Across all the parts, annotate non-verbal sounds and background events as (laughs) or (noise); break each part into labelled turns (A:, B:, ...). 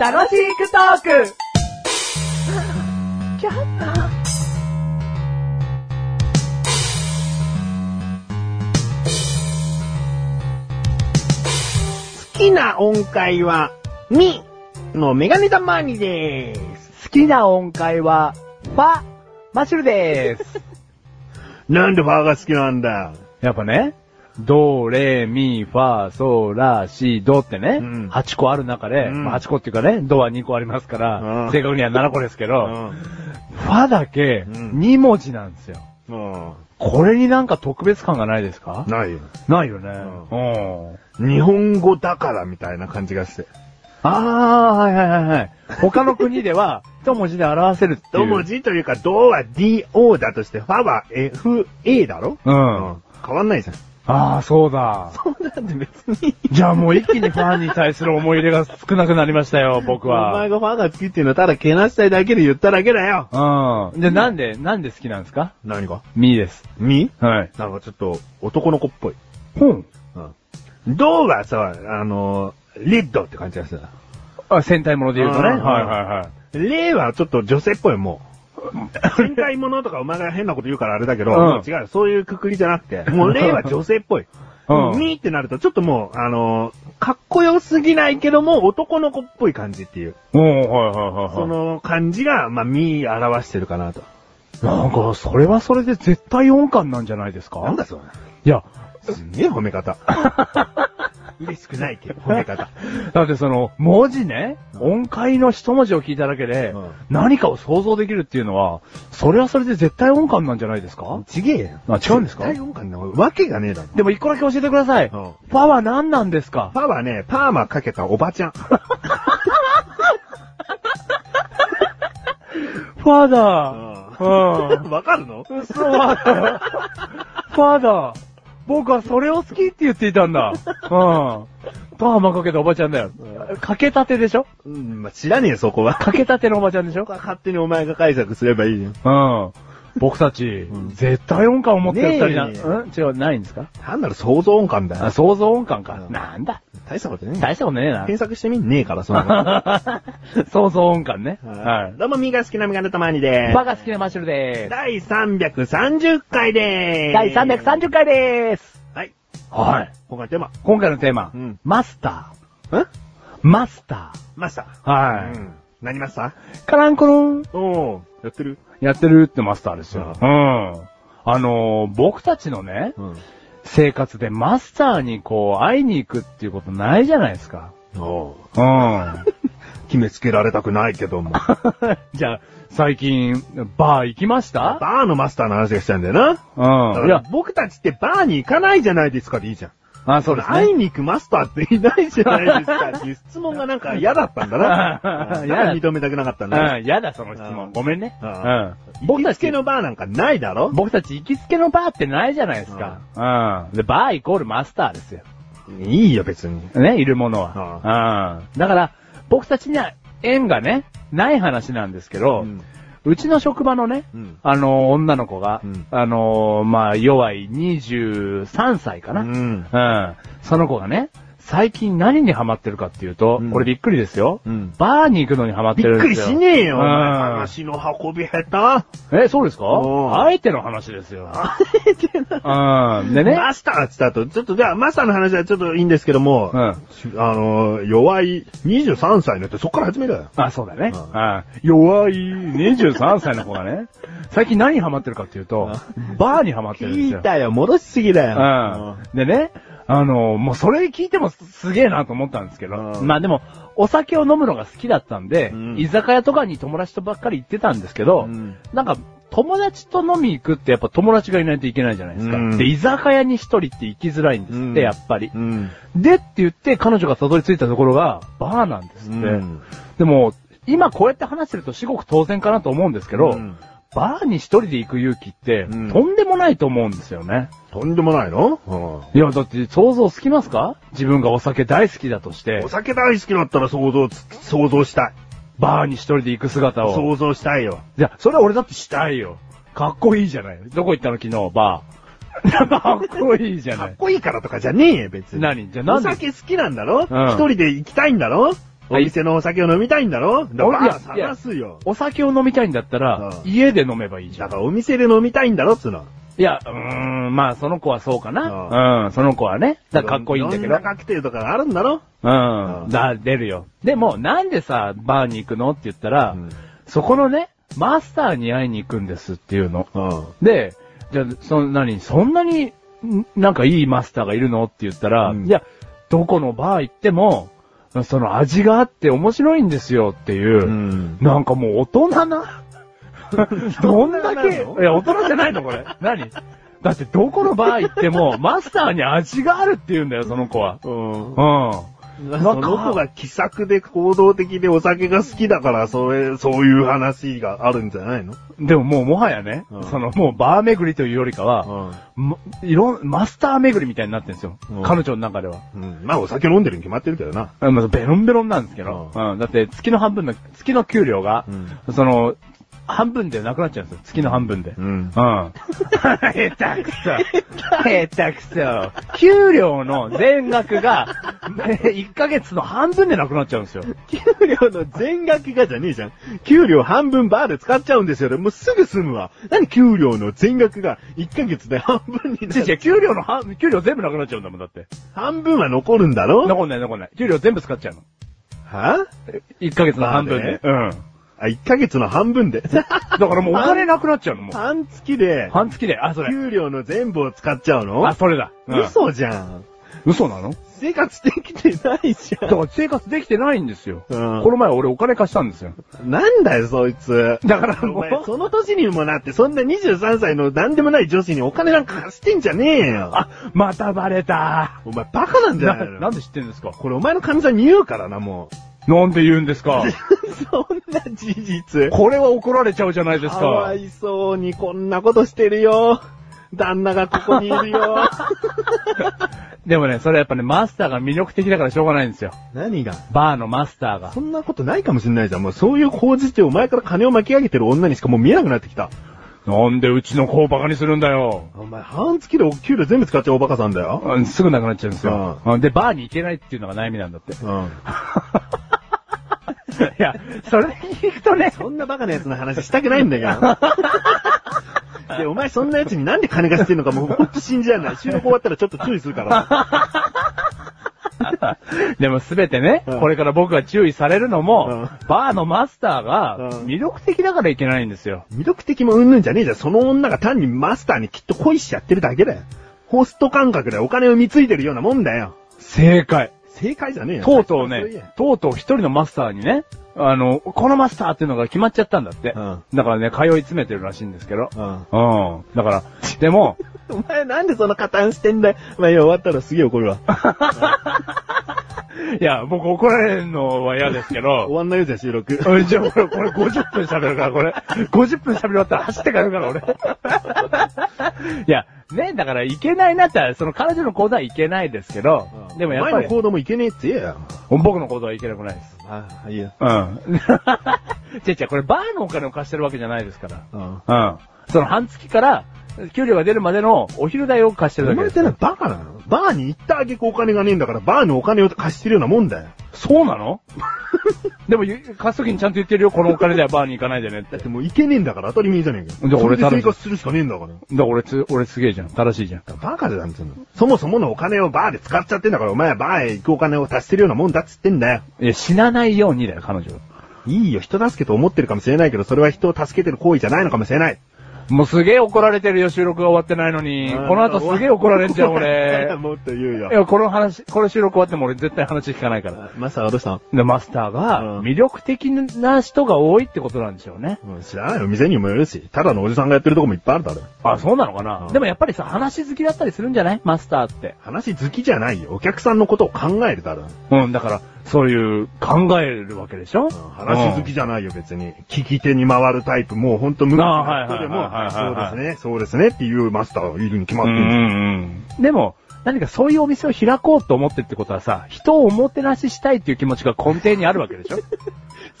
A: 楽しくトーク
B: 好きな音階は、ミのメガネたまにでーす。
A: 好きな音階は、ファ、マッシュルです。
B: なんでファーが好きなんだ
A: (laughs) やっぱね、ド、レ、ミ、ファ、ソ、ラ、シ、ドってね、
B: うん
A: 8個ある中で、
B: うん
A: まあ8個っていうかね、ドは2個ありますから、
B: うん
A: 正確には7個ですけ
B: う
A: ど、ファだけ
B: うん
A: 2文字なんですよ。
B: ん。
A: これになんか特別感がないですか
B: ないよ。
A: ないよね。う。
B: うん日本語だからみたいな感じがして。
A: あー、はいはいはいはい。他の国では、 (laughs) 一文字で表せるっていう。
B: ど文字というか、ドは DO だとして、ファは FA だろ
A: う
B: う
A: ん。
B: ん変わんないじゃん。
A: あー、そうだ。
B: そうなんで別に。
A: じゃあもう一気にファンに対する思い入れが少なくなりましたよ、僕
B: (laughs) お前
A: は。
B: がファーが好きっていうのはただけなしたいだけで言っただけだよ。
A: うん。で、なんで、なんで好きなんですか
B: 何が
A: ミーです。
B: ミ
A: はい。
B: なんかちょっと男の子っぽい。
A: ほん。
B: うん。ドはさ、あの、リッドって感じがする。
A: あ、戦隊もので言うとね。
B: うん
A: はいは
B: 例はちょっと女性っぽいもう。変態者とかお前が変なこと言うからあれだけど、
A: うん
B: もう違う、そういうくくりじゃなくて、もう例は女性っぽい。
A: うん
B: ミーってなるとちょっともう、あのーかっこよすぎないけども、男の子っぽい感じっていう。
A: いはい。うん、はいはいはいはい。
B: その感じが、まあ、ミー表してるかなと。
A: なんか、それはそれで絶対音感なんじゃないですか
B: なんだそれ。
A: いや、
B: すげえ褒め
A: (laughs)
B: 方。嬉しくないけど、褒め方。
A: だってその、文字ね、音階の一文字を聞いただけで
B: うん、
A: 何かを想像できるっていうのは、それはそれで絶対音感なんじゃないですか
B: ちげえよ。
A: あ違うんですか
B: 絶対音感なわけがねえだろ。
A: でも一個だけ教えてください。
B: うん
A: ファは何なんですか
B: パはね、パーマかけたおばちゃん。
A: ファだ。う
B: (laughs)
A: ん。
B: わかるの
A: 嘘は、ファだ。僕はそれを好きって言っていたんだ。うん。パーマかけたおばちゃんだよ。かけたてでしょ
B: うん、まあ、知らねえよ、そこは。
A: かけたてのおばちゃんでしょ
B: そこは勝手にお前が解釈すればいいじゃん。
A: うん。僕たち、
B: ん
A: 絶対音感を持ってる二人な、
B: ねえ
A: うん違う、ないんですか
B: 単なる想像音感だ
A: あ
B: よ。
A: 想像音感か。
B: うん
A: なんだ。
B: 大したことねえよ。
A: 大したことねえな
B: 検。索してみんねえから、そんなの。
A: (laughs) 想像音感ね。
B: (laughs) は
A: はい
B: どうも、ミーが好きなミガネたまにで
A: い。
B: ー
A: バカ好きなマッシュ
B: す。
A: ルでー
B: 第330回でー
A: す。
B: す。
A: 第330回でーす。
B: はい。
A: はい。
B: 今回テーマ。
A: 今回のテーマ
B: うん、
A: マスタ
B: ん
A: ー。マスタ
B: マスタ
A: ー。
B: ー。
A: は
B: うん。何マスタ
A: い。カランコロン。
B: ーおー。やってる
A: やってるってマスターですよ。うん。あのー、僕たちのね、
B: うん。
A: 生活でマスターにこう、会いに行くっていうことないじゃないですか。
B: おー。
A: (laughs) うん。
B: 決めつけられたくないけど (laughs) も。バ
A: じゃあ、最近、バー行きました
B: ーのマスターの話がしたいんだよな。だ
A: う
B: か
A: ん。い
B: ら
A: や、
B: 僕たちってバーに行かないじゃないですかでいいじゃん。
A: あ、そうです
B: 会い
A: ね。
B: に行くマスターっていないじゃないですかっていう質問がなんか嫌だったんだ (laughs) な。
A: うん
B: 嫌だ。認めたくなかったんだな。
A: うん、やだ、その質問。ごめんね。う
B: うん
A: ん。
B: 僕
A: 僕
B: た
A: た
B: ち系
A: ち、
B: のバーなんかないだろ
A: 僕たち行きつけのバーってないじゃないですか。うん。で、バーイコールマスターですよ。
B: いいよ別に。
A: ね、いるものは。うん。だから、僕たちには縁がね、ない話なんですけど、うちの職場のね、
B: うん
A: あの、女の子が
B: うん、
A: あの、まあ、弱い23歳か
B: う
A: な。
B: ん。
A: うん。その子がね、最近何にハマってるかっていうと、
B: うん
A: これびっくりですよ。
B: うん
A: バーに行くのにハマって
B: び
A: る
B: っ
A: ん
B: く
A: で
B: り
A: すよ。
B: しねえよ、お前
A: うん
B: 話の運び下
A: え、そうですか
B: おう
A: あえての話ですよ。あえてのうん。で
B: 手。
A: ね。
B: マスターって言った後、ちょっとじゃあマスターの話はちょっといいんですけども、
A: う
B: あ
A: ん。
B: の、弱い23歳になってそっから始めるよ。
A: あ、そうだね。
B: う
A: うんん。弱い23歳の子がね、最近何にハマってるかっていうと、バーにハマってるんです
B: 聞
A: よ
B: い。たよ、戻しすぎだよ。
A: うん。でね、あの、もうそれ聞いてもすすげえなと思ったんですけど、
B: うん
A: まあでも、お酒を飲むのが好きだったんで、
B: うん
A: 居酒屋とかに友達とばっかり行ってたんですけど、
B: うん
A: なんか、友達と飲み行くってやっぱ友達がいないといけないじゃないですか。
B: うん
A: で、居酒屋に一人って行きづらいんですって、
B: うん
A: やっぱり。
B: うん。
A: でって言って彼女がたどり着いたところが、バーなんですって。
B: うん
A: でも、今こうやって話してると至極当然かなと思うんですけど、
B: うん
A: バーに一人で行く勇気って、
B: うん
A: とんでもないと思うんですよね。
B: とんでもないのうん。
A: いや、だって想像つきますか自分がお酒大好きだとして
B: お、酒大好きだったら想像つ、想像したい。
A: バーに一人で行く姿を。
B: 想像したいよ。
A: いや、それは俺だってしたいよ。かっこいいじゃない。どこ行ったの昨日、バ
B: (laughs)
A: かっこいいじゃ
B: か
A: な
B: っ
A: い。
B: こいいからとかじゃねえよ、別に。
A: 何じゃあなん
B: お
A: で
B: 酒好きなんだろ
A: うん
B: 一人で行きたいんだろお店のお酒を飲みたいんだろだか
A: い
B: ら
A: やいや
B: 探すよ。
A: お酒を飲みたいんだったら、
B: うん
A: 家で飲めばいいじゃ
B: だ
A: ん
B: か。らお店で飲みたいんだろっつうの。
A: いや、うーん、まあ、その子はそうか
B: う
A: な。うん、その子はね。だからかっこいいんだけ
B: い
A: ど
B: ろん。なカクテルとかあるんだろ
A: う、
B: うんん
A: だ、出るよ。でも、なんでさ、バーに行くのって言ったら、
B: うん
A: そこのね、マスターに会いに行くんですっていうの。
B: うん。
A: で、じゃあ、そんなに、そんなに、んなんかいいマスターがいるのって言ったら、
B: うん
A: いや、どこのバー行っても、その味があって面白いんですよっていう、
B: うん。
A: なんかもう大
B: (laughs)
A: 人な、どんだけ、い
B: 大人なの
A: や、大人じゃないのこれ。何だってどこのバー行っても、マスターに味があるって言うんだよ、その子は。
B: うん。
A: うん。
B: その子が気さくで行動的でお酒が好きだから、それ、そういう話があるんじゃないの
A: でももうもはやね、
B: うん
A: そのもうバー巡りというよりかは、まいろん、マスター巡りみたいになってるんですよ。
B: うん
A: 彼女の中では。
B: うん。まあお酒飲んでるに決まってるけどな。
A: あまあ、ベロンベロンなんですけど、う
B: うん
A: だって月の半分の、月の給料が、
B: う
A: その、半分でなくなっちゃうんですよ。月の半分で。うん。
B: ん
A: 下手くそ。下手くそ。給料の全額が、1ヶ月の半分でなくなっちゃうんですよ。
B: 給料の全額がじゃねえじゃん。給料半分バーで使っちゃうんですよ。もうすぐ済むわ。何給料の全額が1ヶ月で半分にな
A: 違う違
B: る。
A: う、給料の半、給料全部なくなっちゃうんだもん、だって。
B: 半分は残るんだろ
A: 残んない残んない。給料全部使っちゃうの。
B: は
A: 1ヶ月の半分で。うん。
B: あ、1ヶ月の半分
A: (laughs)
B: で。
A: だからもうお金なくなっちゃうの、もう。
B: 半月で、
A: 半月で、あ、それ。
B: 給料の全部を使っちゃうの
A: あ、それだ。うん
B: 嘘じゃん。
A: 嘘なの
B: 生活できてないじゃ
A: だか
B: ん。
A: ら生活できてないんですよ。
B: うん
A: この前俺お金貸したんですよ。
B: なんだよ、そいつ。
A: だからも
B: お前、
A: う、
B: その年にもなって、そんな23歳の何でもない女子にお金なんか貸してんじゃねえよ。
A: あ、またバレた。
B: お前バカなんじゃ
A: な
B: ないの
A: なんで知ってんですか
B: これお前の神さんに言うからな、も
A: なんで言うんですか
B: う。 (laughs) そんな事実。
A: これは怒られちゃうじゃないです
B: かわ
A: か。
B: いそうにこんなことしてるよ。旦那がここにいるよ。
A: でもね、それやっぱね、マスターが魅力的だからしょうがないんですよ。
B: (laughs) 何が
A: バーのマスターが。
B: そんなことないかもしれないじゃん。もうそういう口実でお前から金を巻き上げてる女にしかもう見えなくなってきた。
A: なんでうちの子をバカにするんだよ。
B: お前、半月でお給料全部使っちゃうおバカさんだよ。
A: うんすぐなくなっちゃうんですよ。うんで、バーに行けないっていうのが悩みなんだって。 (laughs)
B: うん。
A: いや、それ聞くとね、
B: そんなバカな奴の話したくないんだ (laughs) よ。で、お前そんな奴になんで金貸してんのかもうほんと信じられない。収録終わったらちょっと注意するから。
A: でもすべてね、
B: うん
A: これから僕が注意されるのも、
B: う
A: バーのマスターが
B: うん
A: 魅力的だからいけないんですよ。
B: 魅力的もうんぬんじゃねえじゃん。その女が単にマスターにきっと恋しちゃってるだけだよ。ホスト感覚でお金を貢いでるようなもんだよ。
A: 正解。
B: 正解じゃねえよ。
A: とうとう
B: そうい
A: ね
B: や、
A: とうとう一人のマスターにね、あの、このマスターっていうのが決まっちゃったんだって。
B: うん
A: だからね、通い詰めてるらしいんですけど。
B: うん。
A: うん。だから、でも、
B: お前なんでその加担してんだよ。まあ、いや、終わったらすげえ怒るわ。
A: (laughs) いや、僕怒られるのは嫌ですけ
B: 終
A: ど、
B: わんないよじゃん、収
A: (laughs)
B: 録。
A: うんじゃあこれ、これ50分喋るから、これ。50分喋り終わったら走って帰る (laughs) から、俺。いや、ね、だからいけないなったら、その彼女の講座はいけないですけど、でもやっぱ
B: 前
A: り
B: の、行動もいけねえって言えよ。
A: 僕の講座はいけなくないです。
B: ああ、いいよ。
A: うん。 (laughs) ちゃちゃ、これバーのお金を貸してるわけじゃないですから。
B: うん。
A: うん。その半月から、給料が出るまでのお昼代を貸してる
B: お
A: だけ
B: 前
A: で
B: っ
A: す。
B: てな、バカなのバーに行ったあげくお金がねえんだから、バーにお金を貸してるようなもんだよ。
A: そうなの (laughs) でも、ゆ貸すときにちゃんと言ってるよ、このお金ではバーに行かないでねって。
B: だっ
A: だ
B: てもう行けねえんだから当たり前じゃねえかよ。
A: じゃあ
B: それ
A: 俺
B: で生
A: 頼む
B: 活するしかねえんだから。
A: から俺つ、俺すげえじゃん。正しいじゃん。
B: バカじゃん、その。そもそものお金をバーで使っちゃってんだから、お前はバーへ行くお金を足してるようなもんだっつってんだよ。
A: いや、死なないようにだよ、彼女。
B: いいよ、人助けと思ってるかもしれないけど、それは人を助けてる行為じゃないのかもしれない。。
A: もうすげえ怒られてるよ、収録が終わってないのに。この後すげえ怒られんじゃん、俺
B: (laughs) もっと言う
A: い
B: よ。
A: や、この話、この収録終わっても俺絶対話聞かないから。
B: マサはどうしたの
A: で、マスターが
B: うん
A: 魅力的な人が多いってことなんでしょうね。
B: うん知らないよ、店にもよるし、ただのおじさんがやってるとこもいっぱいあるだろ。
A: あ、そうなのかな、
B: うん
A: でもやっぱりさ、話好きだったりするんじゃないマスターって。
B: 話好きじゃないよ。お客さんのことを考えるだろ。
A: うん、だから、そういう、考えるわけでしょ、
B: 話好きじゃないよ、別に。聞き手に回るタイプ、もうほんと無理
A: あ
B: な
A: ー
B: 人で
A: はいはいはいは
B: も、そ
A: いはい
B: うですね、そうですねっていうマスターがいるに決ま
A: う
B: っ
A: ん
B: てるじゃん。
A: うんうん。でも、何かそういうお店を開こうと思ってってことはさ、人をおもてなししたいっていう気持ちが根底にあるわけ
B: (laughs)
A: でしょ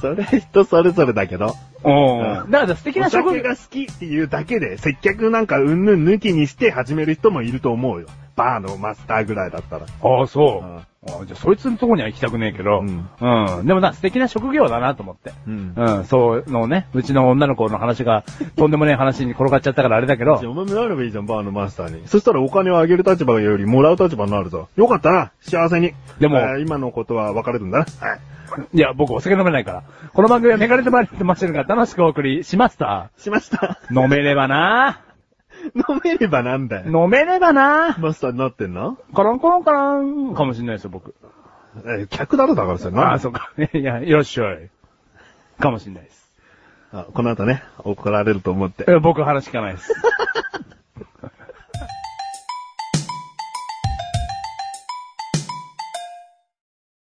B: それ人それぞれだけど。
A: うん。だから素敵
B: お
A: な職
B: 酒
A: 業、
B: が好きっていうだけで、接客なんかうんぬん抜きにして始める人もいると思うよ。バーのマスターぐらいだったら。
A: ああ、そう。
B: うん
A: ああじゃあ、そいつのとこには行きたくねえけど。
B: う
A: うんん。でもな、素敵な職業だなと思って。
B: うん
A: うん、そうのね、うちの女の子の話が、とんでもねえ話に転がっちゃったからあれだけ
B: (laughs)
A: ど
B: じゃ。あお前もなればいいじゃん、バーのマスターに。そしたらお金をあげる立場よりもらう立場になるぞ。よかったな、幸せに。
A: でも
B: えー今のことは別れるんだな。はい。
A: いや、僕お酒飲めないから。この番組はメガネとマリとマシュルが楽しくお送りしました。
B: しました。
A: 飲めればな
B: (laughs) 飲めればなんだよ。
A: 飲めればな
B: マスターになってんな
A: コロンコロンコロンかもしれないですよ、僕。
B: えー、客だろだからさ、
A: あ
B: な
A: あ、そうか。いや、よっしゃい。かもしれないです。
B: あこの後ね、怒られると思って。
A: え僕話聞かないです。